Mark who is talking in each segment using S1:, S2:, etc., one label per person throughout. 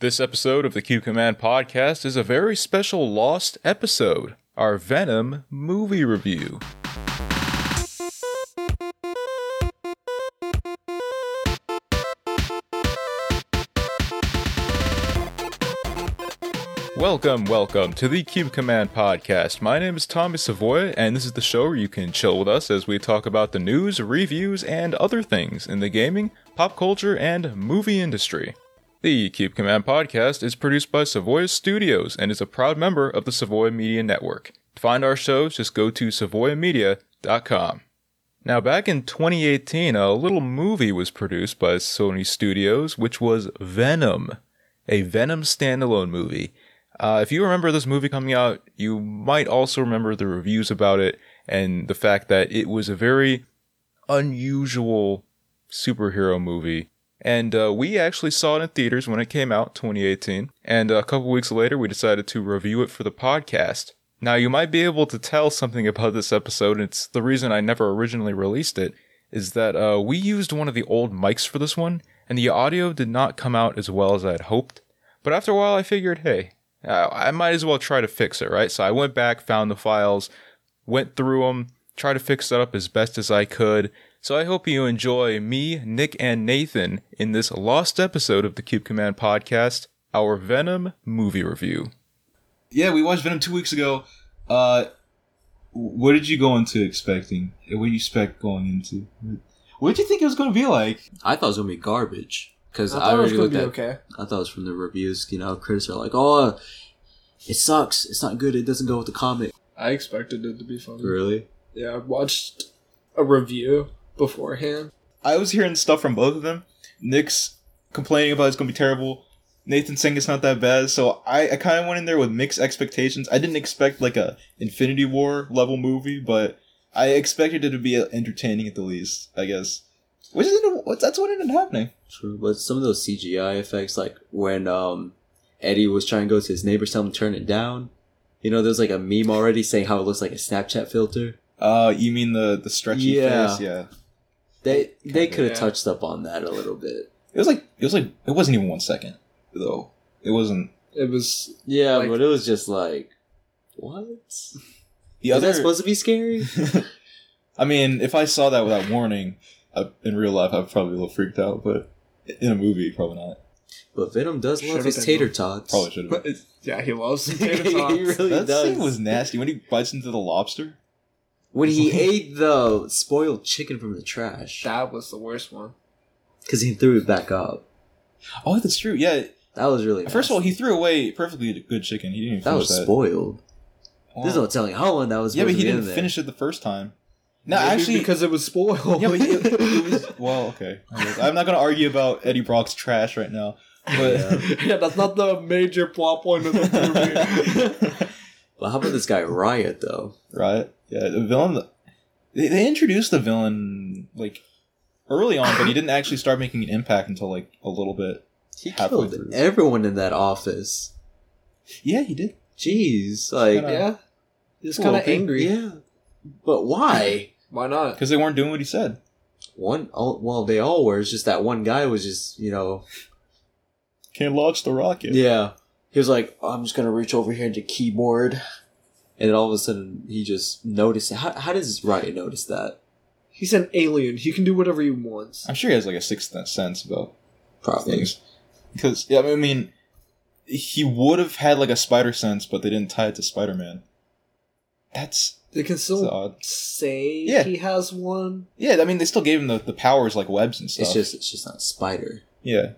S1: This episode of the Q Command podcast is a very special lost episode, our Venom movie review. Welcome, welcome to the Cube Command podcast. My name is Tommy Savoy, and this is the show where you can chill with us as we talk about the news, reviews, and other things in the gaming, pop culture, and movie industry. The Cube Command podcast is produced by Savoy Studios and is a proud member of the Savoy Media Network. To find our shows, just go to savoymedia.com. Now, back in 2018, a little movie was produced by Sony Studios, which was Venom, a Venom standalone movie. Uh, if you remember this movie coming out, you might also remember the reviews about it and the fact that it was a very unusual superhero movie. And uh, we actually saw it in theaters when it came out, 2018. And a couple weeks later, we decided to review it for the podcast. Now, you might be able to tell something about this episode. and It's the reason I never originally released it, is that uh, we used one of the old mics for this one, and the audio did not come out as well as I had hoped. But after a while, I figured, hey, uh, I might as well try to fix it, right? So I went back, found the files, went through them, tried to fix it up as best as I could. So I hope you enjoy me, Nick, and Nathan in this lost episode of the Cube Command podcast, our Venom movie review. Yeah, we watched Venom two weeks ago. Uh, what did you go into expecting? What did you expect going into? What did you think it was going to be like?
S2: I thought it was gonna be garbage because
S3: I
S2: I,
S3: thought it was
S2: already
S3: going
S2: looked
S3: to be
S2: at.
S3: okay.
S2: I thought it was from the reviews. You know, critics are like, "Oh, it sucks. It's not good. It doesn't go with the comic."
S3: I expected it to be funny.
S2: Really?
S3: Yeah, I watched a review beforehand.
S1: I was hearing stuff from both of them. Nick's complaining about it's going to be terrible. Nathan saying it's not that bad. So I, I kind of went in there with mixed expectations. I didn't expect like a Infinity War level movie, but I expected it to be entertaining at the least. I guess, which is that's what ended up happening.
S2: True. But some of those CGI effects, like when um Eddie was trying to go to his neighbor's house and turn it down. You know, there's like a meme already saying how it looks like a Snapchat filter.
S1: Uh, you mean the the stretchy
S2: Yeah.
S1: face? Yeah.
S2: They they could have
S3: Yeah.
S2: touched up on that a little bit.
S1: It was like it was like it wasn't even one second though. It wasn't
S3: It was
S2: Yeah,
S3: Like-
S2: but it was just like, what? Is
S1: the other.
S2: that supposed to be scary?
S1: I mean, if I saw that without warning, I, in real life, I'd probably be a little freaked out. But in a movie, probably not.
S2: But Venom does love
S3: Should've
S2: his
S3: been-
S2: tater tots.
S1: Probably should have. been.
S3: yeah, he loves
S2: he
S3: potato tots.
S2: really
S1: That
S2: does.
S1: scene was nasty when he bites into the lobster.
S2: When he ate the spoiled chicken from the trash,
S3: that was the worst one.
S2: because he threw it back up.
S1: Oh, that's true. Yeah.
S2: That was really.
S1: First of all,
S2: nasty.
S1: he threw away perfectly good chicken. He didn't even
S2: that
S1: finish
S2: was
S1: that.
S2: spoiled.
S1: Wow.
S2: There's no telling how long that was.
S1: yeah, but
S2: supposed
S1: he
S2: to be
S1: didn't
S2: in there.
S1: finish it the first time. No,
S3: Maybe
S1: actually,
S3: because it was spoiled.
S1: yeah, but it, it was well. Okay, I guess. I'm not gonna argue about Eddie Brock's trash right now, but.
S2: Yeah.
S3: yeah, that's not the major plot point of the movie.
S2: But how about this guy Riot though?
S1: right? Yeah, the villain. They, they introduced the villain like early on, but he didn't actually start making an impact until like a little bit.
S2: He
S1: Halfway
S2: killed
S1: through.
S2: everyone in that office.
S1: Yeah, he did.
S2: Jeez, like
S1: kinda-
S3: yeah, just
S1: Well,
S3: kind of
S1: they-
S3: angry.
S2: yeah, but why?
S3: Why not?
S1: Because they weren't doing what he said.
S2: One, all, well, they all were. It's just that one guy was just, you know,
S1: Can't launch the rocket.
S2: yeah. He was like, "Oh, I'm just gonna reach over here into keyboard, and then all of a sudden he just noticed. How, how does Riot notice that?
S3: He's an alien. He can do whatever he wants.
S1: I'm sure he has like a sixth sense about
S2: Probably.
S1: things. Because yeah, I mean, he would have had like a spider sense, but they didn't tie it to Spider Man. That's,
S3: They can
S1: that's
S3: still
S1: odd.
S3: say
S1: Yeah.
S3: he has one.
S1: Yeah, I mean, they still gave him the, the powers like webs and stuff.
S2: It's just it's just not spider
S1: yeah.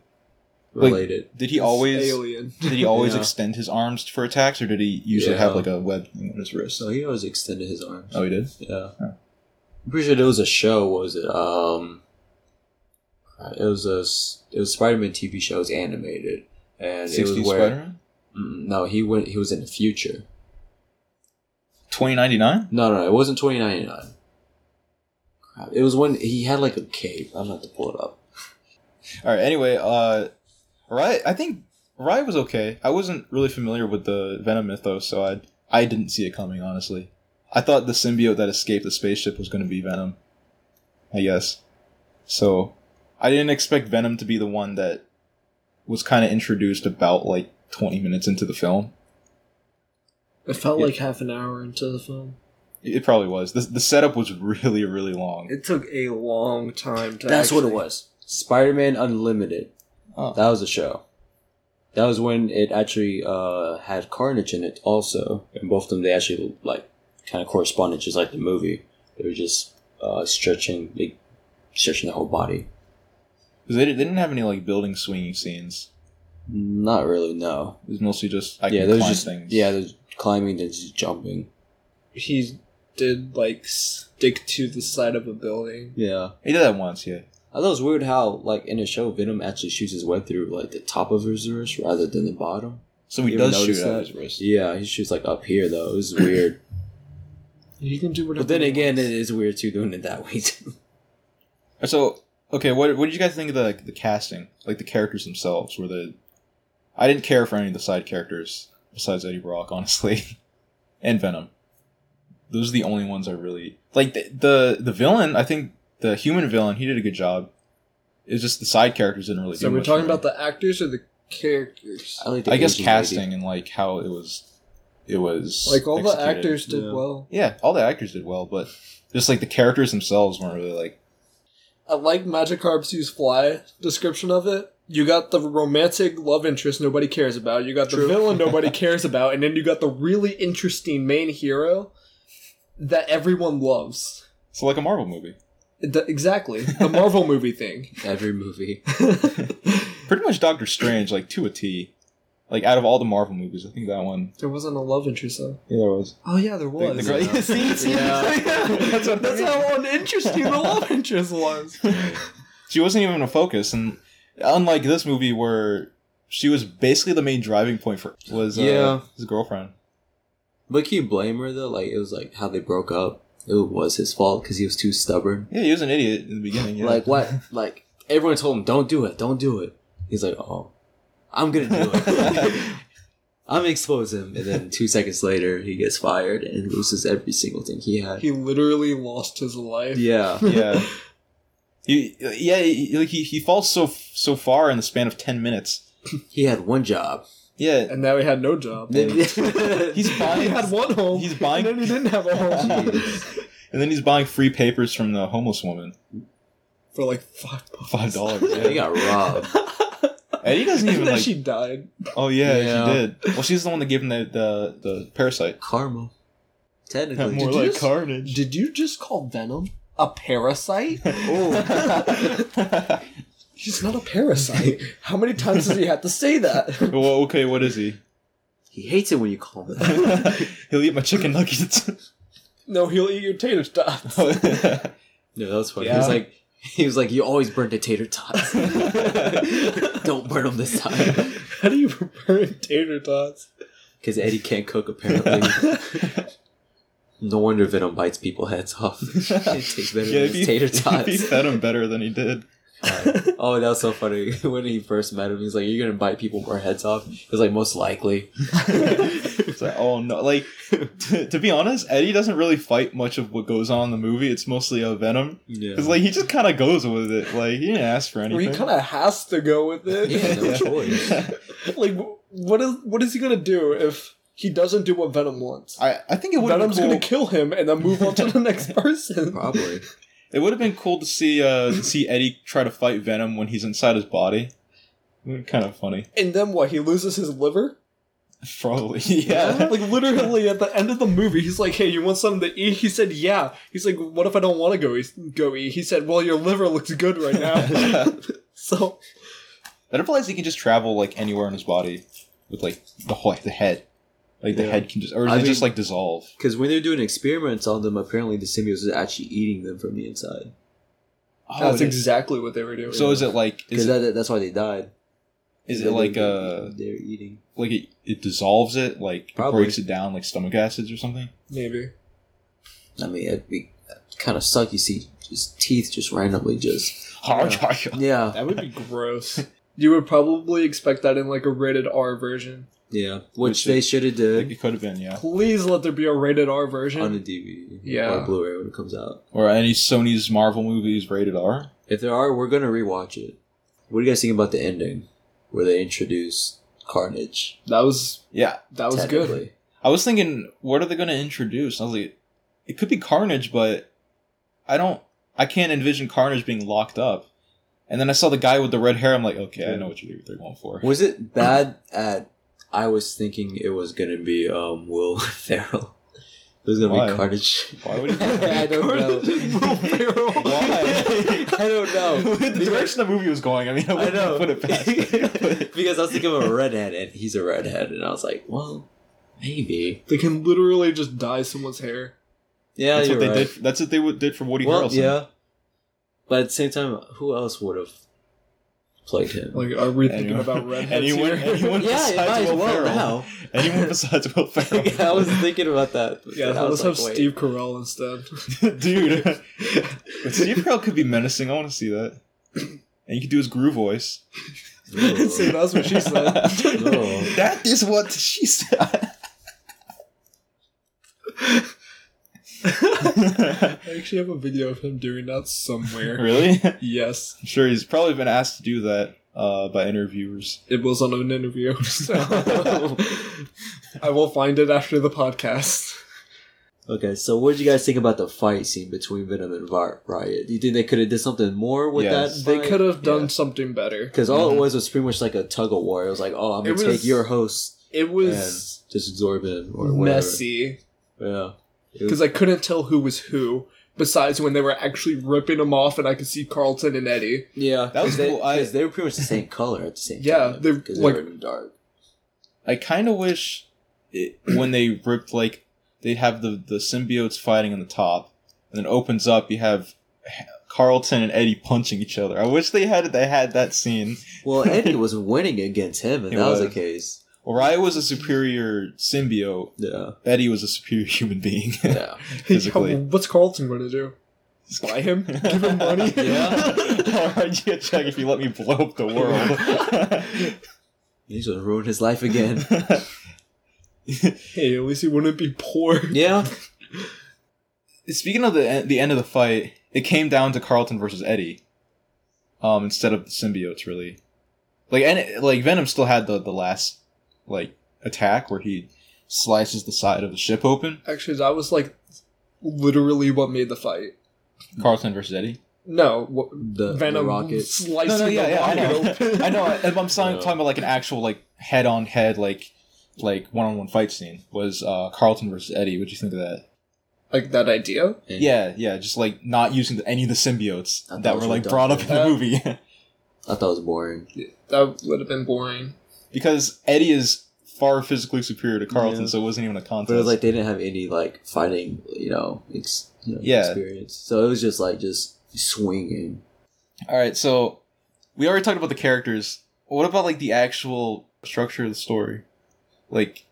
S1: Like-
S2: related.
S1: Did he
S3: It's
S1: always
S3: alien.
S1: did he always
S2: Yeah.
S1: extend his arms for attacks, or did he usually have
S2: Yeah.
S1: like a web thing on his wrist?
S2: so he always extended his arms.
S1: Oh, he did.
S2: Yeah.
S1: Huh.
S2: I'm pretty sure there was a show. What was it? Um, it was a s- it was Spider Man TV show. It was animated, and it was
S1: 60
S2: where
S1: Spider-Man?
S2: Mm, no he went he was in the future.
S1: 2099?
S2: No, no, it wasn't 2099. Crap, it was when he had like a cape. I'm not to pull it up.
S1: All right, anyway, uh Riot I think Riot was okay. I wasn't really familiar with the Venom mythos, so I I didn't see it coming honestly. I thought the symbiote that escaped the spaceship was going to be Venom. I guess. So, I didn't expect Venom to be the one that
S4: was kind of introduced about like 20 minutes into the film.
S5: It felt
S4: Yeah.
S5: like half an hour into the film.
S4: It it probably was. The, the setup was really, really long.
S5: It took a long time to.
S2: That's what
S5: actually-
S2: it was. Spider Man Unlimited.
S4: Oh.
S2: That was a show. That was when it actually uh, had Carnage in it, also. And both of them, they actually like kind of corresponded, just like the movie. They were just uh, stretching, like, stretching the whole body.
S4: 'Cause they, di- they didn't have any like building swinging scenes.
S2: Not really, no.
S4: It was mostly just I
S2: yeah,
S4: can
S2: there's
S4: climb
S2: just
S4: things.
S2: yeah, there's climbing, there's just jumping.
S5: He did like stick to the side of a building.
S2: Yeah,
S4: he did that once. Yeah,
S2: I thought it was weird how like in a show, Venom actually shoots his way through like the top of his wrist rather than the bottom.
S4: so he
S2: You ever
S4: does shoot
S2: notice
S4: out
S2: that?
S4: his wrist.
S2: Yeah, he shoots like up here though. It was weird.
S5: He can do whatever.
S2: But then
S5: he
S2: again,
S5: wants.
S2: it is weird too doing it that way. Too.
S4: So okay, what what did you guys think of the the casting, like the characters themselves? Were the I didn't care for any of the side characters besides Eddie Brock, honestly, and Venom. Those are the only ones I really like. The, the the villain, I think the human villain, he did a good job. It's just the side characters didn't really.
S5: so
S4: do
S5: we're
S4: much
S5: talking
S4: for me.
S5: about the actors or the characters.
S2: I, like
S4: I guess
S2: Asian
S4: casting
S2: lady.
S4: and like how it was, it was
S5: Like all the
S4: executed.
S5: actors did
S2: Yeah.
S5: well.
S4: Yeah, all the actors did well, but just like the characters themselves weren't really like.
S5: I like Magikarp's use fly description of it. You got the romantic love interest nobody cares about. You got the
S4: True.
S5: villain nobody cares about, and then you got the really interesting main hero that everyone loves.
S4: So like a Marvel movie,
S5: The- exactly the Marvel movie thing.
S2: Every movie.
S4: pretty much Doctor Strange, like to a T. Like out of all the Marvel movies, I think that one.
S5: There wasn't a love interest though.
S4: Yeah, there was.
S5: Oh yeah, there was.
S4: the girl-
S5: Yeah. See, see?
S2: Yeah.
S5: That's,
S4: That's what I mean.
S5: how uninteresting the love interest was.
S4: She wasn't even a focus, and unlike this movie where she was basically the main driving point for was uh,
S2: Yeah.
S4: his girlfriend.
S2: But can you blame her though? Like it was like how they broke up. It was his fault because he was too stubborn.
S4: Yeah, he was an idiot in the beginning. Yeah.
S2: Like what? Like everyone told him, "Don't do it, don't do it." He's like, "Oh, I'm gonna do it. I'm gonna expose him." And then two seconds later, he gets fired and loses every single thing he had.
S5: He literally lost his life.
S2: Yeah,
S4: yeah. He, yeah, he, like he, he falls so so far in the span of ten minutes.
S2: he had one job.
S4: Yeah,
S5: And now he had no job.
S2: He's
S4: he's buying
S5: he had one home.
S4: he's buying-
S5: And then he didn't have a home
S2: Jeez.
S4: and then he's buying free papers from the homeless woman.
S5: for like five bucks.
S4: Five dollars.
S2: He
S4: Yeah.
S2: got robbed.
S4: Eddie doesn't
S5: And
S4: even
S5: then
S4: like.
S5: she died.
S4: oh yeah,
S2: Yeah.
S4: she did. Well, she's the one that gave him the the, the parasite.
S2: Karma.
S4: More
S2: Technically,
S5: you
S4: like
S5: just-
S4: carnage.
S5: Did you just call Venom a parasite?
S4: well,
S5: He's not a parasite. How many times does he have to say that?
S4: okay, what is he?
S2: he hates it when you call him. that.
S4: He'll eat my chicken nuggets.
S5: No, he'll eat your tater tots.
S4: Oh.
S2: No, that was funny.
S5: Yeah.
S2: He was like, he was like, you always burn the tater tots. Don't burn them this time,
S5: How do you prepare tater tots?
S2: because Eddie can't cook apparently. no wonder Venom bites people heads off. it tastes better
S4: yeah,
S2: than his
S4: if he,
S2: tater
S4: if he
S2: tots.
S4: fed him better than he did.
S2: oh, that was so funny. when he first met him, he's like, "You're gonna bite people more heads off." He was like, "Most likely."
S4: It's like, oh no! Like, to, to be honest, Eddie doesn't really fight much of what goes on in the movie. It's mostly a Venom.
S2: Yeah.
S4: Cause like he just kind of goes with it. Like he didn't ask for
S5: Well,
S4: anything.
S5: he kind of has to go with it.
S2: Yeah, no choice.
S5: Like, what is what is he gonna do if he doesn't do what Venom wants?
S4: I, I think it would have
S5: Venom's
S4: been cool.
S5: gonna kill him and then move on to the next person.
S2: Probably.
S4: It would have been cool to see uh to see Eddie try to fight Venom when he's inside his body. Kind of funny,
S5: And then what? He loses his liver?
S4: probably. Yeah.
S5: Like literally at the end of the movie, he's like, "Hey, you want something to eat?" He said, "Yeah." He's like, "What if I don't want to go eat, go eat?" He said, "Well, your liver looks good right now."
S4: that
S5: so
S4: implies he can just travel like anywhere in his body with like the whole the head, like the
S2: Yeah.
S4: head can just or
S2: I
S4: they just
S2: mean-
S4: like dissolve.
S2: Because when they're doing experiments on them, apparently the symbiotes is actually eating them from the inside.
S5: that's
S4: Oh, it is.
S5: exactly what they were doing.
S4: so is it like
S2: Because
S4: is it,
S2: that, that's why they died.
S4: is
S2: They-
S4: it like
S2: they-
S4: uh
S2: they're eating?
S4: like it, it dissolves it like it
S2: Probably.
S4: breaks it down like stomach acids or something?
S5: maybe
S2: I mean, it'd be kind of sucky. to See, just teeth just randomly just yeah,
S5: that would be gross. You would probably expect that in like a rated R version.
S2: yeah.
S4: Which
S2: Which they
S4: they-
S2: should have did
S4: it could have been yeah,
S5: Please let there be a rated R
S2: on a
S5: version.
S2: DVD
S5: Yeah.
S2: or Blu-ray when it comes out.
S4: or any Sony's Marvel movies rated R.
S2: If there are, we're gonna rewatch it. What do you guys think about the ending? where they introduce Carnage.
S5: That was
S4: Yeah.
S5: that was good.
S2: technically.
S4: I was thinking, what are they going to introduce? I was like, it could be Carnage, but I don't, I can't envision Carnage being locked up. And then I saw the guy with the red hair. I'm like, okay, I know what you're they're going for.
S2: Was it bad at? I was thinking it was gonna be um Will Ferrell. It was gonna
S4: Why?
S2: be Carnage.
S4: Why would you?
S2: I don't know.
S4: Why?
S2: I don't know.
S4: the direction the movie was going, I mean, I
S2: I
S4: wouldn't
S2: know.
S4: put it past. it,
S2: because I was thinking of a redhead, and he's a redhead, and I was like, well, maybe.
S5: They can literally just dye someone's hair.
S2: Yeah,
S4: That's
S2: you're
S4: what they
S2: right.
S4: did. That's what they would- did for Woody
S2: Well,
S4: Harrelson.
S2: yeah. But at the same time, who else would have played him?
S5: Like, are we
S4: Anyone-
S5: thinking about redheads
S4: anyone,
S5: here?
S4: anyone
S2: yeah, it might
S4: besides
S2: as
S4: Will
S2: well
S4: Ferrell.
S2: now.
S4: Anyone besides Will Ferrell.
S2: I was thinking about that.
S5: yeah,
S2: I was
S5: let's have
S2: like, wait.
S5: Steve Carell instead.
S4: Dude. But Steve Carell could be menacing. I want to see that. And you could do his groove voice.
S5: See, that's what she said.
S2: No.
S4: that is what she said.
S5: I actually have a video of him doing that somewhere.
S4: really? I'm
S5: yes,
S4: sure he's probably been asked to do that uh, by interviewers.
S5: it was on an interview. So I will find it after the podcast.
S2: Okay, so what did you guys think about the fight scene between Venom and Vi- Riot? Do you think they could have did something more with
S4: Yes.
S2: that?
S5: They could have done something better.
S2: because all it was was pretty much like a tug of war. It was like, oh, I'm
S5: It
S2: gonna
S5: was-
S2: take your host
S5: It
S2: and
S5: was
S2: just absorb him or whatever.
S5: messy
S2: Yeah,
S5: because I couldn't tell who was who. Besides, when they were actually ripping him off, and I could see Carlton and Eddie.
S2: yeah,
S4: That was
S2: they,
S4: cool. I-
S2: 'cause they were pretty much the same color at the same
S5: Yeah,
S2: time.
S5: they're,
S2: 'cause
S5: like-
S2: they were in the dark.
S4: I kind of wish it, when they ripped, like, they'd have the, the symbiotes fighting on the top, and then it opens up, you have Carlton and Eddie punching each other. I wish they had they had that scene.
S2: Well, Eddie was winning against him, and
S4: He
S2: that was. the
S4: was.
S2: case.
S4: Orion was a superior symbiote.
S2: Yeah,
S4: Eddie was a superior human being.
S2: yeah.
S4: Physically.
S5: What's Carlton going to do? Buy him? Give him money?
S4: I'll write you a check if you let me blow up the world.
S2: He's gonna ruin his life again.
S5: Hey, at least he wouldn't be poor.
S2: yeah,
S4: Speaking of the the end of the fight, it came down to Carlton versus Eddie, um, instead of the symbiotes really. Like and it, like Venom still had the the last like attack where he slices the side of the ship open.
S5: Actually, that was like literally what made the fight.
S4: Carlton versus Eddie.
S5: No, what,
S2: the, the
S5: Venom
S2: rocket.
S5: slicing
S4: No, no, yeah,
S5: the
S4: yeah, I know.
S5: rocket open.
S4: I know. I- I'm saying,
S2: Yeah.
S4: talking about like an actual like head on head like like one on one fight scene was uh, Carlton versus Eddie. What do you think of that?
S5: like that idea.
S2: And-
S4: Yeah, yeah, just like not using the, any of the symbiotes
S2: I thought
S4: that
S2: it
S4: were
S2: was
S4: like
S2: redundant.
S4: brought up in the
S5: Uh,
S4: movie,
S2: I thought it was boring.
S5: That would have been boring.
S4: because Eddie is far physically superior to Carlton,
S2: Yeah.
S4: so it wasn't even a contest.
S2: But it was like they didn't have any like fighting, you know, ex- you know
S4: Yeah.
S2: experience. So it was just like just swinging.
S4: all right, so we already talked about the characters. What about like the actual structure of the story, like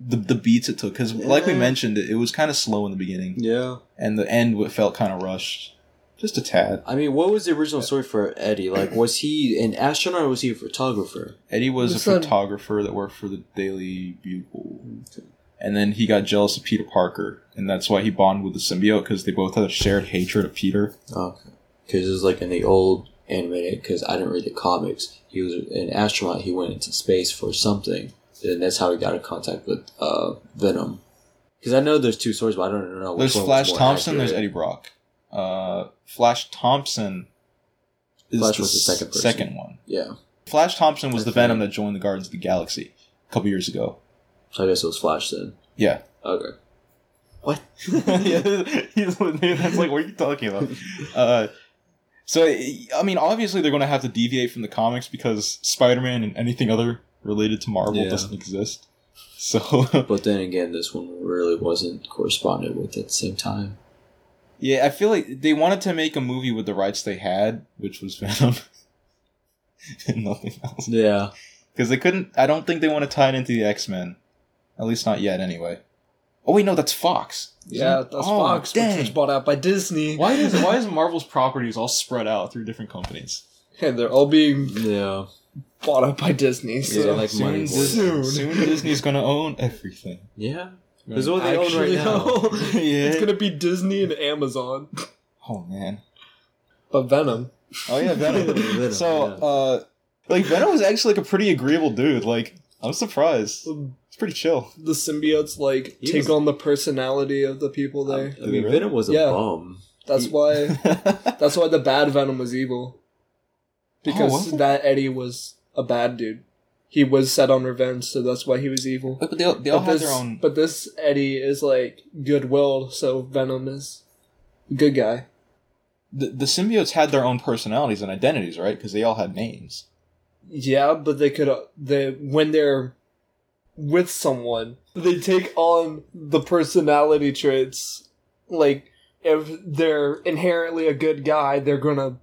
S4: the the beats it took? Because like we
S2: Yeah.
S4: mentioned, it, it was kind of slow in the beginning,
S2: Yeah,
S4: and the end w- felt kind of rushed, just a tad.
S2: I mean, what was the original story for Eddie? Like, was he an astronaut or was he a photographer?
S4: Eddie was
S5: Just
S4: a
S5: a-
S4: photographer that worked for the Daily Bugle. And then he got jealous of Peter Parker, and that's why he bonded with the symbiote because they both had a shared hatred of Peter.
S2: Okay, because it was like in the old animated. Because I didn't read the comics. He was an astronaut. He went into space for something, and that's how he got in contact with uh, Venom. Because I know there's two stories, but I don't know.
S4: There's
S2: one was
S4: Flash
S2: more
S4: Thompson. There's
S2: accurate.
S4: Eddie Brock. Uh, Flash Thompson is
S2: Flash was the second person.
S4: second one.
S2: Yeah,
S4: Flash Thompson was the
S2: That's right.
S4: Venom that joined the Guardians of the Galaxy a couple years ago.
S2: so I guess it was Flash then.
S4: Yeah.
S2: Okay.
S4: yeah, he's, that's like, what are you talking about? Uh, so, I mean, obviously they're going to have to deviate from the comics because Spider Man and anything other related to Marvel
S2: Yeah.
S4: doesn't exist. So,
S2: But then again, this one really wasn't corresponded with at the same time.
S4: yeah, I feel like they wanted to make a movie with the rights they had, which was Venom. and nothing else.
S2: Yeah.
S4: Because they couldn't, I don't think they want to tie it into the X Men. At least not yet, anyway. Oh, wait, no, that's Fox.
S5: Yeah, that's
S4: Oh,
S5: Fox,
S4: dang.
S5: which was bought out by Disney.
S4: Why is, why is Marvel's properties all spread out through different companies?
S5: Hey, they're all being
S2: Yeah.
S5: bought up by Disney. So.
S2: Yeah, like money.
S4: Dis-
S2: boys.
S5: Soon.
S4: soon Disney's gonna own everything.
S2: Yeah. Because what they own right
S5: Actually,
S2: now.
S5: no.
S4: yeah.
S5: it's gonna be Disney and Amazon.
S4: Oh man.
S5: But Venom.
S4: Oh yeah, Venom.
S2: Venom,
S4: so,
S2: yeah.
S4: uh, Like Venom was actually like a pretty agreeable dude. Like I'm surprised. It's pretty chill.
S5: The symbiotes like
S2: He
S5: take
S2: was-
S5: on the personality of the people
S2: I,
S5: there.
S2: I mean,
S4: Really?
S2: Venom was a
S5: Yeah.
S2: bum.
S5: That's
S2: he-
S5: why. That's why the bad Venom was evil. Because
S2: Oh,
S4: was it?
S5: that Eddie was a bad dude. He was set on revenge, so that's why he was evil.
S4: but they all, they all
S5: But
S4: had
S5: this,
S4: their own.
S5: but this Eddie is like goodwill, so Venom is a good guy.
S4: The, the symbiotes had their own personalities and identities, right? Because they all had names.
S5: Yeah, but they could. uh, They when they're with someone, they take on the personality traits. Like if they're inherently a good guy, they're gonna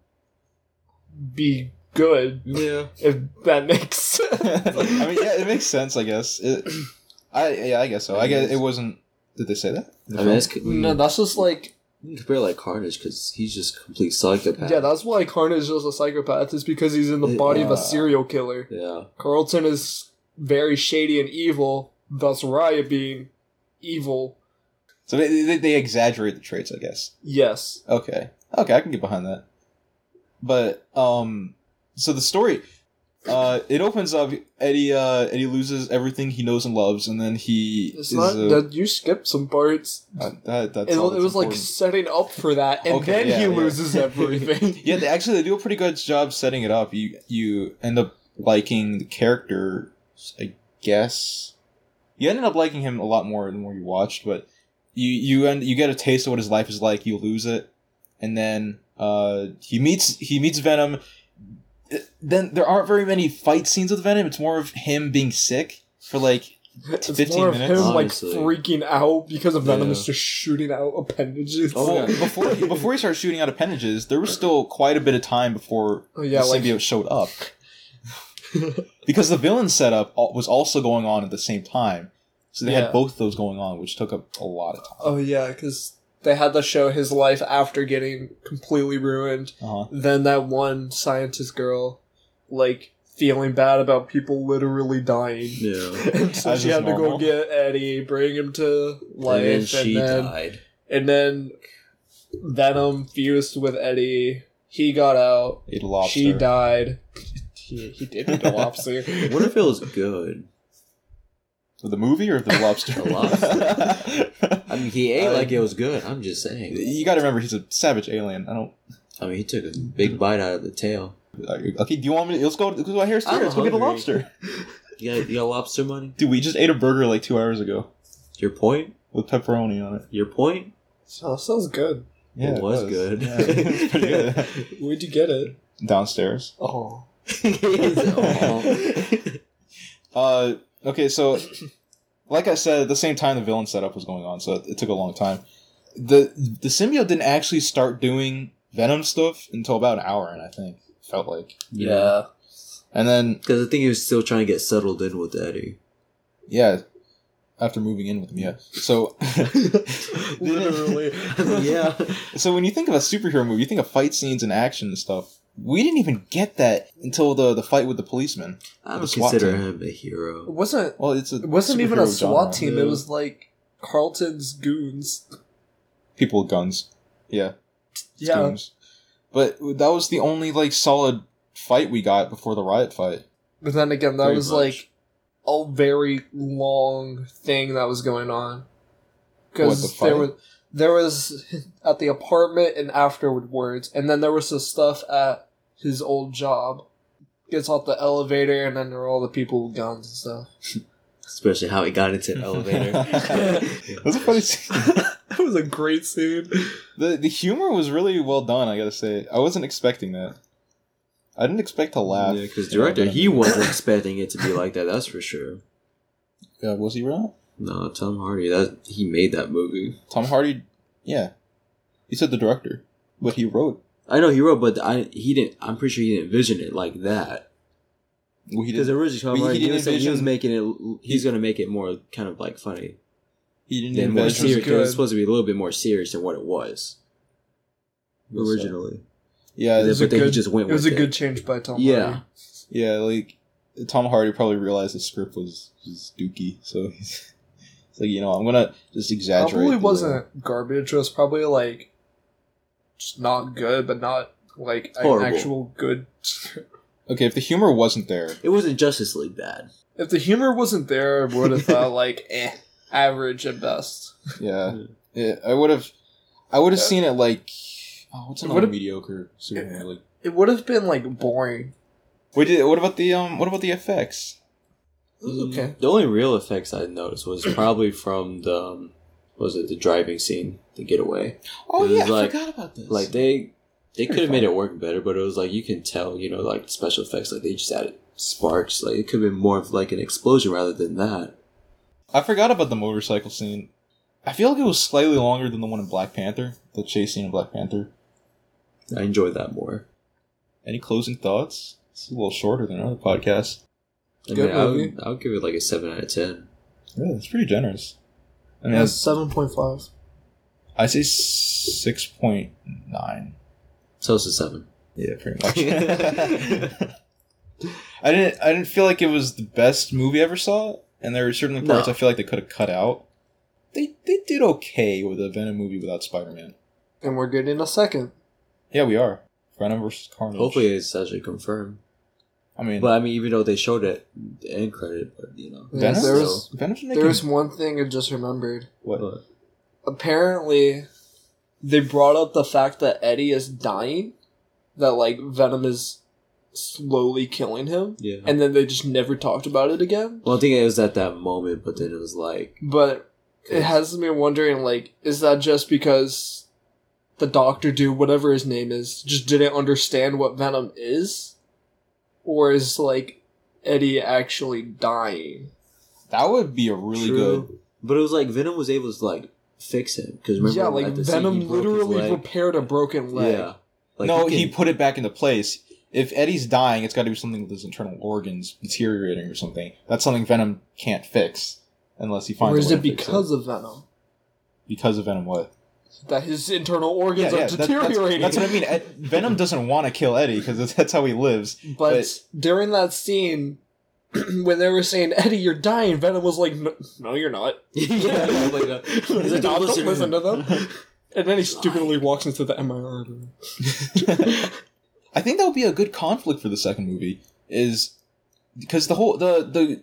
S5: be good.
S2: Yeah.
S5: If that makes sense.
S4: I mean, yeah, it makes sense. I guess. It, I yeah, I guess so. I guess it wasn't. Did they say that?
S2: I mean, that's, we
S5: No, that's just like
S2: can compare like Carnage because he's just a complete psychopath.
S5: yeah. That's why Carnage is a psychopath. Is because he's in the
S2: Yeah.
S5: body of a serial killer.
S2: yeah.
S5: Carlton is very shady and evil. Thus, Riot being evil.
S4: So they, they, they exaggerate the traits, I guess.
S5: Yes.
S4: Okay. Okay, I can get behind that. But um so the story uh it opens up Eddie uh Eddie loses everything he knows and loves and then he
S5: It's
S4: is
S5: not
S4: a-
S5: that you skipped some parts.
S4: uh, that, that's
S5: It,
S4: all
S5: it
S4: that's
S5: was like
S4: important.
S5: setting up for that, and
S4: Okay,
S5: then
S4: yeah,
S5: he
S4: yeah.
S5: loses everything.
S4: Yeah, they actually they do a pretty good job setting it up. You you end up liking the character, I guess. You ended up liking him a lot more the more you watched, but you you end you get a taste of what his life is like. You lose it, and then uh, he meets he meets Venom. Then there aren't very many fight scenes with Venom. It's more of him being sick for like
S5: It's
S4: 15
S5: more of
S4: minutes?
S5: him like
S2: Honestly.
S5: freaking out because of Venom
S2: Yeah.
S5: is just shooting out appendages.
S2: Oh,
S4: well,
S2: yeah.
S4: before before he started shooting out appendages. There was still quite a bit of time before
S5: Oh, yeah,
S4: the
S5: like
S4: symbiote showed up. because the villain setup al- was also going on at the same time. So they
S5: Yeah.
S4: had both of those going on, which took up a lot of time.
S5: oh yeah, because they had to show his life after getting completely ruined.
S4: Uh-huh.
S5: Then that one scientist girl, like feeling bad about people literally dying.
S2: Yeah.
S5: And so
S4: As
S5: she
S4: is
S5: had
S4: normal.
S5: to go get Eddie, bring him to life,
S2: and then she
S5: and then
S2: died.
S5: And then Venom fused with Eddie. He got out.
S4: Ate a lobster.
S5: She died. He, he did eat a lobster.
S2: I wonder if it was good.
S4: The movie or the lobster?
S2: The lobster. I mean, he ate
S4: Uh,
S2: like it was good. I'm just saying.
S4: you gotta remember, he's a savage alien. I don't.
S2: I mean, he took a big bite out of the tail.
S4: I- uh, Okay, do you want me to. Let's go. Let's go out here.
S2: I'm
S4: Let's go get a
S2: hungry.
S4: lobster.
S2: You got, you got lobster money?
S4: Dude, we just ate a burger like two hours ago
S2: Your point?
S4: with pepperoni on it.
S2: Your point?
S5: So, sounds good.
S4: Yeah,
S2: it was good.
S4: Yeah, it's pretty good.
S5: Where'd you get it?
S4: Downstairs.
S5: Oh.
S4: Uh, okay, so like I said, at the same time the villain setup was going on, so it, it took a long time. the The symbiote didn't actually start doing Venom stuff until about an hour in, I think. Felt like,
S2: yeah.
S4: and then
S2: Because I think he was still trying to get settled in with Eddie.
S4: yeah, after moving in with him, yeah. So
S5: Literally.
S2: yeah.
S4: so when you think of a superhero movie, you think of fight scenes and action and stuff. We didn't even get that until the the fight with the policeman.
S2: I
S4: The
S2: would
S4: SWAT
S2: consider
S4: team.
S2: him a
S5: It
S2: hero.
S5: wasn't,
S4: Well, it's a
S5: it wasn't even a
S4: superhero
S5: SWAT
S4: genre.
S5: team. It was like Carlton's goons.
S4: People with guns. Yeah.
S5: Yeah.
S4: teams. But that was the only like solid fight we got before the riot fight.
S5: But then again, that
S2: Pretty
S5: was
S2: much.
S5: like a very long thing that was going on.
S4: What,
S5: Because
S4: the
S5: there
S4: fight?
S5: was there was at the apartment and afterwards, and then there was the stuff at his old job. Gets off the elevator, and then there were all the people with guns and stuff.
S2: Especially how he got into the elevator.
S4: That's a funny scene.
S5: that was a great scene.
S4: The the humor was really well done, I gotta say. I wasn't expecting that. I didn't expect to laugh.
S2: Yeah, because director, he wasn't expecting it to be like that. That's for sure.
S4: Yeah, was he right?
S2: No, Tom Hardy, that he made that movie.
S4: Tom Hardy yeah. He said the director. What he wrote.
S2: I know he wrote, but I he didn't. I'm pretty sure he didn't envision it like that.
S4: Well, he
S2: Because
S4: didn't
S2: originally Tom
S4: He- he
S2: Hardy, he,
S4: didn't
S2: was saying he was
S4: envision-
S2: making it. He's gonna make it more kind of like funny
S4: he didn't
S2: than more
S4: invent-
S5: envision it
S2: serious.
S5: was
S2: 'cause It
S5: good.
S2: was supposed to be a little bit more serious than what it was
S4: Yes, sir.
S2: originally.
S4: Yeah,
S2: And then-
S4: this-
S5: was a
S2: but then he
S5: good-
S2: just went.
S5: It was a
S2: with
S5: good change by Tom.
S2: Yeah.
S5: Hardy.
S4: yeah, like Tom Hardy probably realized the script was, was dookie, so he's it's like, you know, I'm gonna just exaggerate.
S5: probably
S4: the-
S5: wasn't garbage. It was probably like just not good, but not like an
S2: Horrible.
S5: actual good.
S4: Okay, if the humor wasn't there,
S2: It wasn't Justice League bad.
S5: If the humor wasn't there, I would have thought like eh, average at best.
S4: yeah, Yeah, I would have, I would have
S5: Yeah.
S4: seen it like, oh, what's
S5: It
S4: another
S5: would've-
S4: mediocre superhero league?
S5: It would have been like boring.
S4: Wait, did, what about the um? What about the effects?
S5: It was okay.
S2: The only real effects I noticed was probably from the um, what was it the driving scene, the getaway.
S4: Oh
S2: It was
S4: yeah,
S2: like-
S4: I forgot about this.
S2: Like they they could have made it work better, but it was like you can tell, you know, like the special effects, like they just added sparks. Like it could have been more of like an explosion rather than that.
S4: I forgot about the motorcycle scene. I feel like it was slightly longer than the one in Black Panther, the chase scene in Black Panther.
S2: I enjoyed that more.
S4: Any closing thoughts? It's a little shorter than other podcasts.
S2: I
S5: Good
S2: mean, I
S5: movie.
S2: would, I would give it like a seven out of ten.
S4: Yeah, that's pretty generous. I mean,
S5: Yeah, seven point five.
S4: I say six point nine.
S2: So it's a seven.
S4: Yeah, pretty much. I didn't. I didn't feel like it was the best movie I ever saw, and there were certainly parts
S2: No.
S4: I feel like they could have cut out. They they did okay with a Venom movie without Spider Man.
S5: And we're getting a second.
S4: Yeah, we are Venom versus Carnage.
S2: Hopefully, it's actually confirmed.
S4: I mean,
S2: But I mean, even though they showed it the end credit, but you know,
S5: Yeah,
S4: Venom.
S5: there was-
S2: still-
S4: Venom's making
S5: There was one thing I just remembered.
S4: what?
S2: but-
S5: Apparently, they brought up the fact that Eddie is dying, that like Venom is slowly killing him,
S2: yeah.
S5: and then they just never talked about it again.
S2: Well, I think it was at that moment, but then it was like,
S5: But it has me wondering, like, is that just because the doctor dude, whatever his name is, just didn't understand what Venom is, or is like Eddie actually dying?
S4: That would be a really
S2: True.
S4: good.
S2: but it was like Venom was able to like fix him because remember,
S5: yeah, like
S2: at the scene, he
S4: E
S5: Venom
S2: broke his
S5: literally
S2: leg.
S5: repaired a broken leg.
S2: yeah, like
S4: no,
S2: he,
S4: he
S2: can-
S4: put it back into place. If Eddie's dying, it's got to be something with his internal organs deteriorating or something. That's something Venom can't fix unless he finds.
S5: or
S4: a
S5: is
S4: way
S5: it
S4: to fix
S5: because of Venom
S4: because of Venom? What?
S5: that his internal organs
S4: Yeah,
S5: are
S4: yeah, that- that's-
S5: deteriorating?
S4: That's, what I mean. Ed, Venom doesn't want to kill Eddie because that's how he lives.
S5: but,
S4: but-
S5: during that scene, when they were saying Eddie, you're dying, Venom was like, "No, no, you're not."
S2: yeah, I was like, uh, he's like,
S5: He's like, "No,
S2: don't
S5: don't
S2: listen to
S5: listen
S2: him."
S5: to them. And then he stupidly walks into the MIR. room.
S4: I think that would be a good conflict for the second movie. Is because the whole the the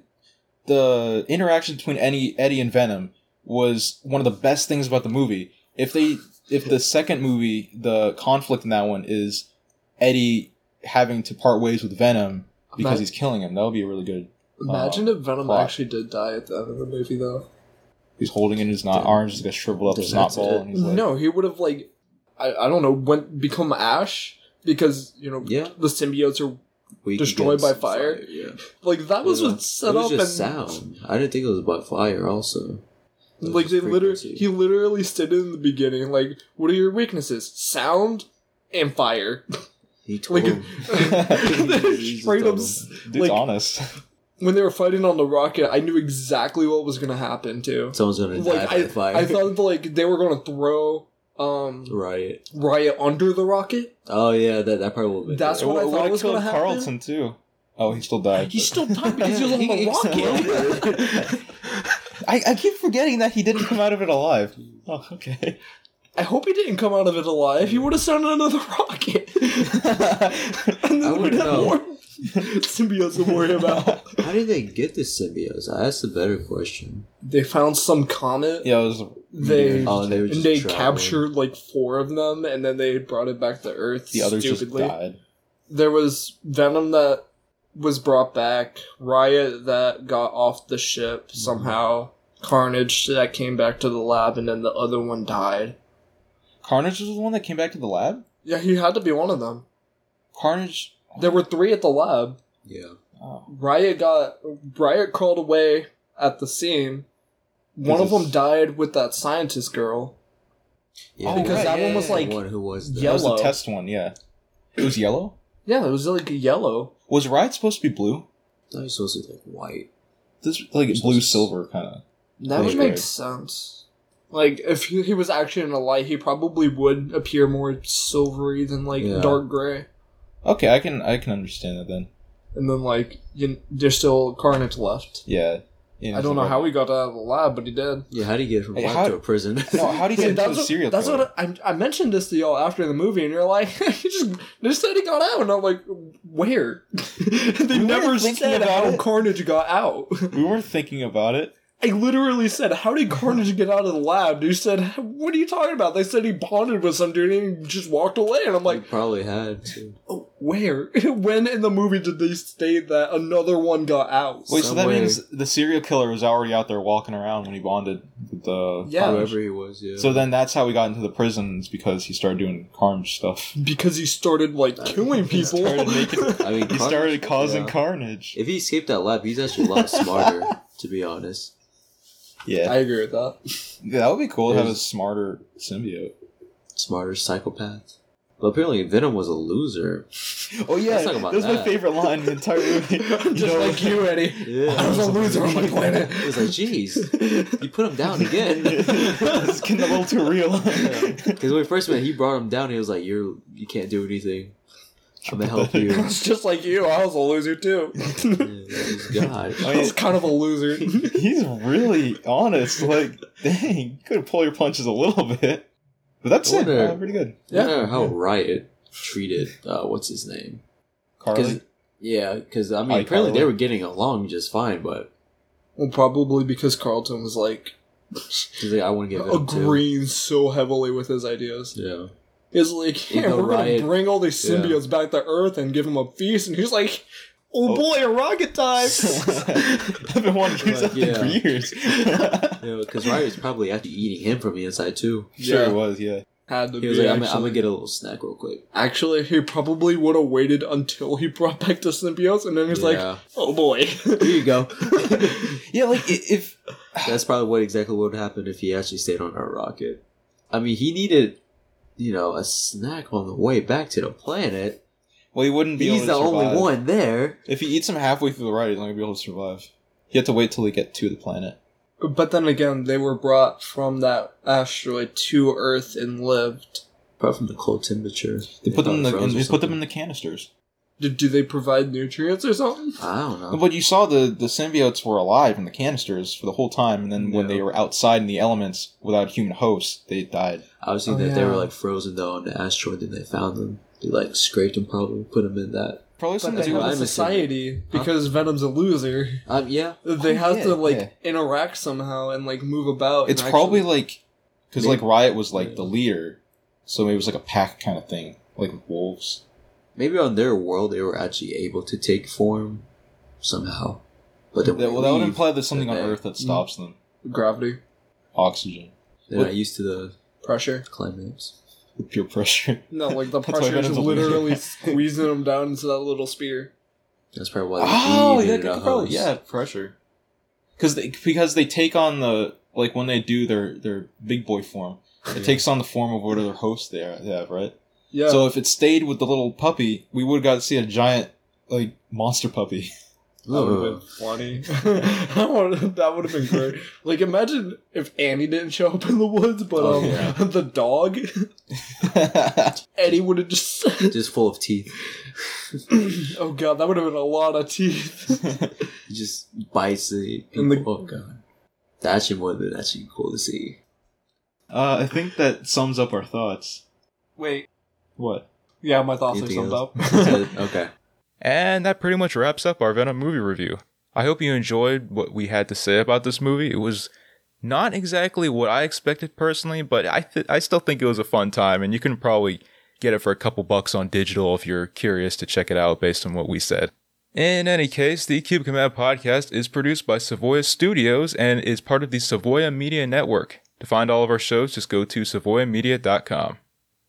S4: the interaction between Eddie Eddie and Venom was one of the best things about the movie. If they if the second movie the conflict in that one is Eddie having to part ways with Venom because
S5: Right.
S4: he's killing him, that would be a really good.
S5: Imagine if Venom
S4: plot.
S5: actually did die at the end of the movie, though.
S4: He's holding it in his not
S2: Then-
S4: arms, he's got shriveled up
S2: then
S4: snot
S2: that's
S4: ball,
S2: it.
S4: and he's like,
S5: no, he would have like, I, I don't know, went become Ash because you know
S2: Yeah.
S5: the symbiotes are
S2: Weak
S5: Destroyed by
S2: against
S5: fire.
S2: Yeah,
S5: like that was
S2: Yeah.
S5: what set
S2: it was
S5: up
S2: just
S5: and
S2: sound. I didn't think it was by fire. Also, It was
S5: Like
S2: just
S5: they literally,
S2: frequency.
S5: he literally stated in the beginning, like, "What are your weaknesses? Sound and fire."
S2: he told
S5: Like,
S2: him.
S5: they straight up, s-
S4: dude's
S5: like-
S4: honest.
S5: when they were fighting on the rocket, I knew exactly what was gonna happen too.
S2: someone's gonna die
S5: Like
S2: by
S5: I,
S2: fire.
S5: I thought like they were gonna throw um
S2: right.
S5: Riot under the rocket.
S2: Oh yeah, that that probably would.
S5: That's
S4: It
S5: what I
S4: would've
S5: thought was
S4: killed
S5: gonna happen.
S4: Carlton too. Oh, he still died.
S5: He
S4: but-
S5: still died because he was on
S2: He-
S5: the
S2: he
S5: rocket.
S4: I, I keep forgetting that he didn't come out of it alive. Oh, okay.
S5: I hope he didn't come out of it alive. He would have sent another rocket. and
S2: I
S5: then we'd
S2: wouldn't
S5: have
S2: know.
S5: more symbiotes to worry about.
S2: How did they get the symbiotes? That's the better question.
S5: They found some comet.
S4: yeah, it was.
S5: They
S2: Oh, they were just
S5: and they
S2: traveling.
S5: captured like four of them, and then they brought it back to Earth.
S4: The others just
S5: stupidly.
S4: died.
S5: There was Venom that was brought back, Riot that got off the ship
S2: Mm-hmm.
S5: somehow, Carnage that came back to the lab, and then the other one died.
S4: Carnage was the one that came back to the lab.
S5: Yeah, he had to be one of them.
S4: Carnage.
S5: There were three at the lab.
S2: Yeah,
S4: Oh,
S5: Riot got Riot crawled away at the scene. One of
S4: This is-
S5: them died with that scientist girl.
S2: yeah.
S4: Oh,
S5: because
S4: right,
S5: that
S4: yeah,
S5: one was
S4: yeah,
S5: like
S2: the one who was the
S4: that
S5: Yellow.
S4: was the test one. Yeah, it was yellow.
S5: yeah, it was like yellow.
S4: Was Riot supposed to be blue?
S2: I thought he was supposed to be like white.
S4: This like blue silver kind of.
S5: That would
S4: Maybe.
S5: make sense. Like if he, he was actually in a light, he probably would appear more silvery than like
S2: Yeah.
S5: dark gray.
S4: Okay, I can I can understand that then.
S5: And then like you, there's still Carnage left.
S4: Yeah, in
S5: I don't know how he got out of the lab, but he did.
S2: Yeah, how do you get from
S4: Hey,
S2: lab
S4: how-
S2: to a prison?
S4: No, how do you get into a
S5: that's
S4: serial
S5: what, that's
S4: killer?
S5: what I, I mentioned this to y'all after the movie, and you're like, "You just they said he got out," and I'm like, "Where?" they
S4: We
S5: never
S4: weren't thinking
S5: said
S4: about
S5: how
S4: it.
S5: Carnage got out.
S4: we weren't thinking about it.
S5: I literally said, "How did Carnage get out of the lab?" You said, "What are you talking about?" They said he bonded with some dude and he just walked away, and I'm
S2: like,
S5: like,
S2: you probably had to.
S5: oh, "Where? when in the movie did they state that another one got out?"
S4: Wait, so that
S2: Somewhere.
S4: means the serial killer was already out there walking around when he bonded with the
S5: Yeah.
S2: Whoever he was, yeah.
S4: So then that's how we got into the prisons because he started doing carnage stuff.
S5: because he started like killing
S2: He
S5: people.
S4: started making-
S2: I mean,
S4: He
S2: Carnage-
S4: started causing
S2: yeah.
S4: carnage.
S2: If he escaped that lab, he's actually a lot smarter, to be honest.
S4: Yeah.
S5: I agree with that.
S4: yeah, that would be cool to have a
S2: There's-
S4: smarter symbiote.
S2: Smarter psychopath. But apparently, Venom was a loser.
S4: Oh yeah,
S2: Let's talk about
S4: that's my
S2: that.
S4: favorite line in the entire movie.
S5: Just
S4: You know,
S5: like you, Eddie.
S2: Yeah.
S5: I was a loser on my planet.
S2: It was like, jeez, you put him down again.
S4: it's getting a little too real.
S2: Because when we first met, he brought him down. He was like, "You're, you can't do anything. I'm gonna help you." Yeah,
S5: It's just like you. I was a loser too.
S2: he's God.
S4: I
S5: I
S4: mean,
S5: was kind of a loser.
S4: He's really honest. Like, dang, you could pull your punches a little bit. But that's it.
S2: Wonder-
S4: Uh, pretty good.
S2: I wonder how Riot treated uh, what's his name.
S4: Carly.
S2: Yeah, because I mean,
S4: Like
S2: apparently they
S4: Harley.
S2: were getting along just fine, but
S5: Well, probably because Carlton was like
S2: he's like, "I want to get Venom too."
S5: agreeing so heavily with his ideas.
S2: Yeah,
S5: He's like,
S2: You
S5: yeah,
S2: know,
S5: we're
S2: Riot-
S5: gonna bring all these
S2: yeah.
S5: symbiotes back to Earth and give them a feast, and he's like,
S4: Oh.
S5: oh, boy, rocket time.
S4: I've been wanting to use that
S2: Like,
S4: thing for
S2: yeah.
S4: years.
S2: because Riot's probably actually eating him from the inside too.
S4: sure
S5: Yeah.
S4: it was, yeah.
S5: Had to
S2: He
S5: be.
S2: was like, I'm,
S5: actually.
S2: gonna- "I'm gonna get a little snack real quick."
S5: Actually, he probably would have waited until he brought back the symbiotes, and then he's like,
S2: Yeah.
S5: oh boy.
S2: "Here you go."
S4: Yeah, like i- if
S2: That's probably what exactly would happen if he actually stayed on our rocket. I mean, he needed, you know, a snack on the way back to the planet.
S4: well, he wouldn't be.
S2: He's the
S4: able to survive.
S2: only one there.
S4: If he eats him halfway through the ride, he's not gonna be able to survive. He had to wait till he get to the planet.
S5: But then again, they were brought from that asteroid to Earth and lived.
S2: Apart from the cold temperature,
S4: They put them in the
S2: probably
S4: in,
S2: froze or
S4: they put them in
S2: something.
S4: the canisters.
S5: Do, do they provide nutrients or something?
S2: I don't know.
S4: But you saw the the symbiotes were alive in the canisters for the whole time, and then when
S2: Yeah.
S4: they were outside in the elements without human hosts, they died.
S2: I was thinking
S5: Oh,
S2: that they were
S5: yeah.
S2: like frozen though on the asteroid. Then they found them. They like scraped them, probably put them in that.
S4: Probably
S5: But
S4: some
S5: they
S2: do
S5: have
S2: I'm
S5: a society
S2: Huh?
S5: because Venom's a loser.
S2: Um, yeah,
S5: They
S4: Oh,
S5: have
S4: yeah,
S5: to like
S4: yeah.
S5: interact somehow and like move about.
S4: It's
S5: and
S4: probably
S5: actually-
S4: like because
S2: Maybe-
S4: like Riot was like
S2: yeah.
S4: the leader, so maybe it was like a pack kind of thing, like wolves.
S2: maybe on their world they were actually able to take form somehow. But then
S4: That,
S2: we
S4: well, that would
S2: leave,
S4: imply there's something on
S2: then they-
S4: Earth that stops them.
S5: gravity
S4: Oxygen,
S2: They're not used to the
S5: pressure.
S2: climates.
S4: pure pressure.
S5: No, like the
S4: That's why
S5: pressure is
S4: Venom's a loser.
S5: literally squeezing them down into that little spear.
S2: That's probably why. They
S4: Oh, yeah,
S2: needed
S4: they
S2: a
S4: could probably
S2: host.
S4: yeah, pressure. Because they because they take on the like when they do their their big boy form, it takes on the form of whatever host they, are, they have, right?
S5: Yeah,
S4: So if it stayed with the little puppy, we would have got to see a giant like monster puppy.
S5: that would
S4: Oh,
S2: Ugh.
S5: have been funny. that would that would have been great. Like imagine if Annie didn't show up in the woods, but
S2: Oh,
S5: um,
S2: yeah.
S5: the dog Eddie would have just.
S2: just full of teeth.
S5: oh god, that would have been a lot of teeth.
S2: He just bites the.
S5: And the-
S2: oh god, that actually would have been actually cool to see.
S4: uh, I think that sums up our thoughts.
S5: Wait.
S4: What?
S5: Yeah, my thoughts are
S2: Anything
S5: summed
S2: else?
S5: up.
S2: okay.
S1: And that pretty much wraps up our Venom movie review. I hope you enjoyed what we had to say about this movie. It was not exactly what I expected personally, but I th- I still think it was a fun time, and you can probably get it for a couple bucks on digital if you're curious to check it out based on what we said. In any case, the Cube Command podcast is produced by Savoya Studios and is part of the Savoya Media Network. To find all of our shows, just go to savoyamedia.com.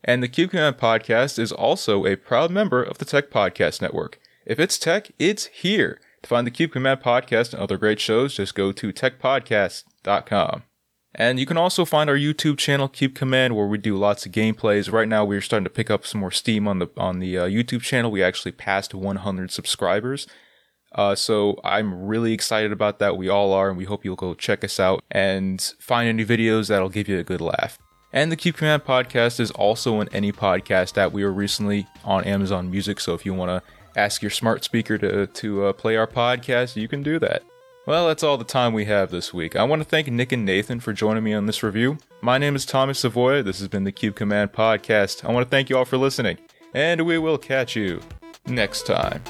S1: And the Cube Command podcast is also a proud member of the Tech Podcast Network. If it's tech, it's here. To find the Cube Command podcast and other great shows, just go to techpodcast.com. And you can also find our YouTube channel, Cube Command, where we do lots of gameplays. Right now, we're starting to pick up some more steam on the on the uh, YouTube channel. We actually passed 100 subscribers, uh, so I'm really excited about that. We all are, and we hope you'll go check us out and find any videos that'll give you a good laugh. And the Cube Command podcast is also on any podcast app. We were recently on Amazon Music, so if you want to ask your smart speaker to to uh, play our podcast, you can do that.
S4: Well, that's all the time we have this week. I want to thank Nick and Nathan for joining me on this review. My name is Thomas Savoy. This has been the Cube Command Podcast. I want to thank you all for listening, and we will catch you next time.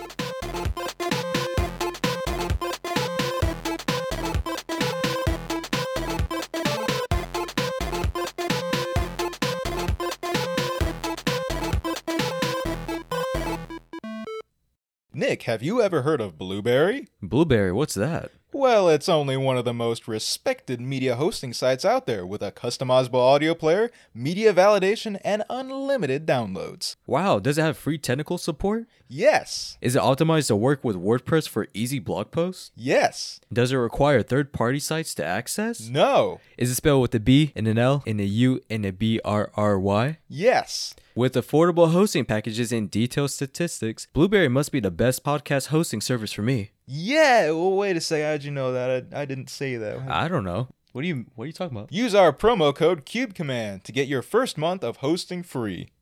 S4: Nick, have you ever heard of Blueberry?
S2: Blueberry, what's that?
S4: Well, it's only one of the most respected media hosting sites out there with a customizable audio player, media validation, and unlimited downloads.
S2: Wow, does it have free technical support?
S4: Yes,
S2: Is it optimized to work with WordPress for easy blog posts?
S4: yes,
S2: Does it require third party sites to access?
S4: no,
S2: Is it spelled with a B and an L and a U and a B R R Y?
S4: yes.
S2: With affordable hosting packages and detailed statistics, Blueberry must be the best podcast hosting service for me.
S4: Yeah, well, wait a second. How'd you know that? I, I didn't say that.
S2: I don't know. What are you what are you talking about?
S4: Use our promo code CubeCommand to get your first month of hosting free.